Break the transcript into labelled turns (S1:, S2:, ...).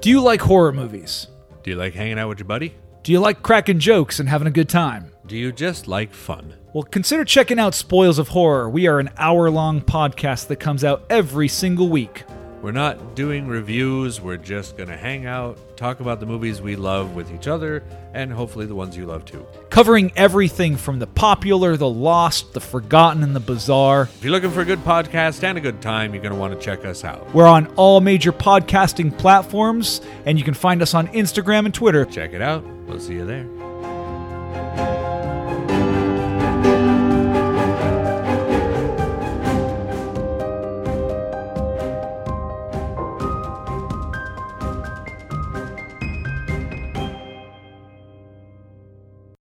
S1: Do you like horror movies?
S2: Do you like hanging out with your buddy?
S1: Do you like cracking jokes and having a good time?
S2: Do you just like fun?
S1: Well, consider checking out Spoils of Horror. We are an hour long podcast that comes out every single week.
S2: We're not doing reviews. We're just going to hang out, talk about the movies we love with each other, and hopefully the ones you love too.
S1: covering everything from the popular, the lost, the forgotten, and the bizarre.
S2: If you're looking for a good podcast and a good time, you're going to want to check us out.
S1: We're on all major podcasting platforms, and you can find us on Instagram and Twitter.
S2: Check it out. We'll see you there.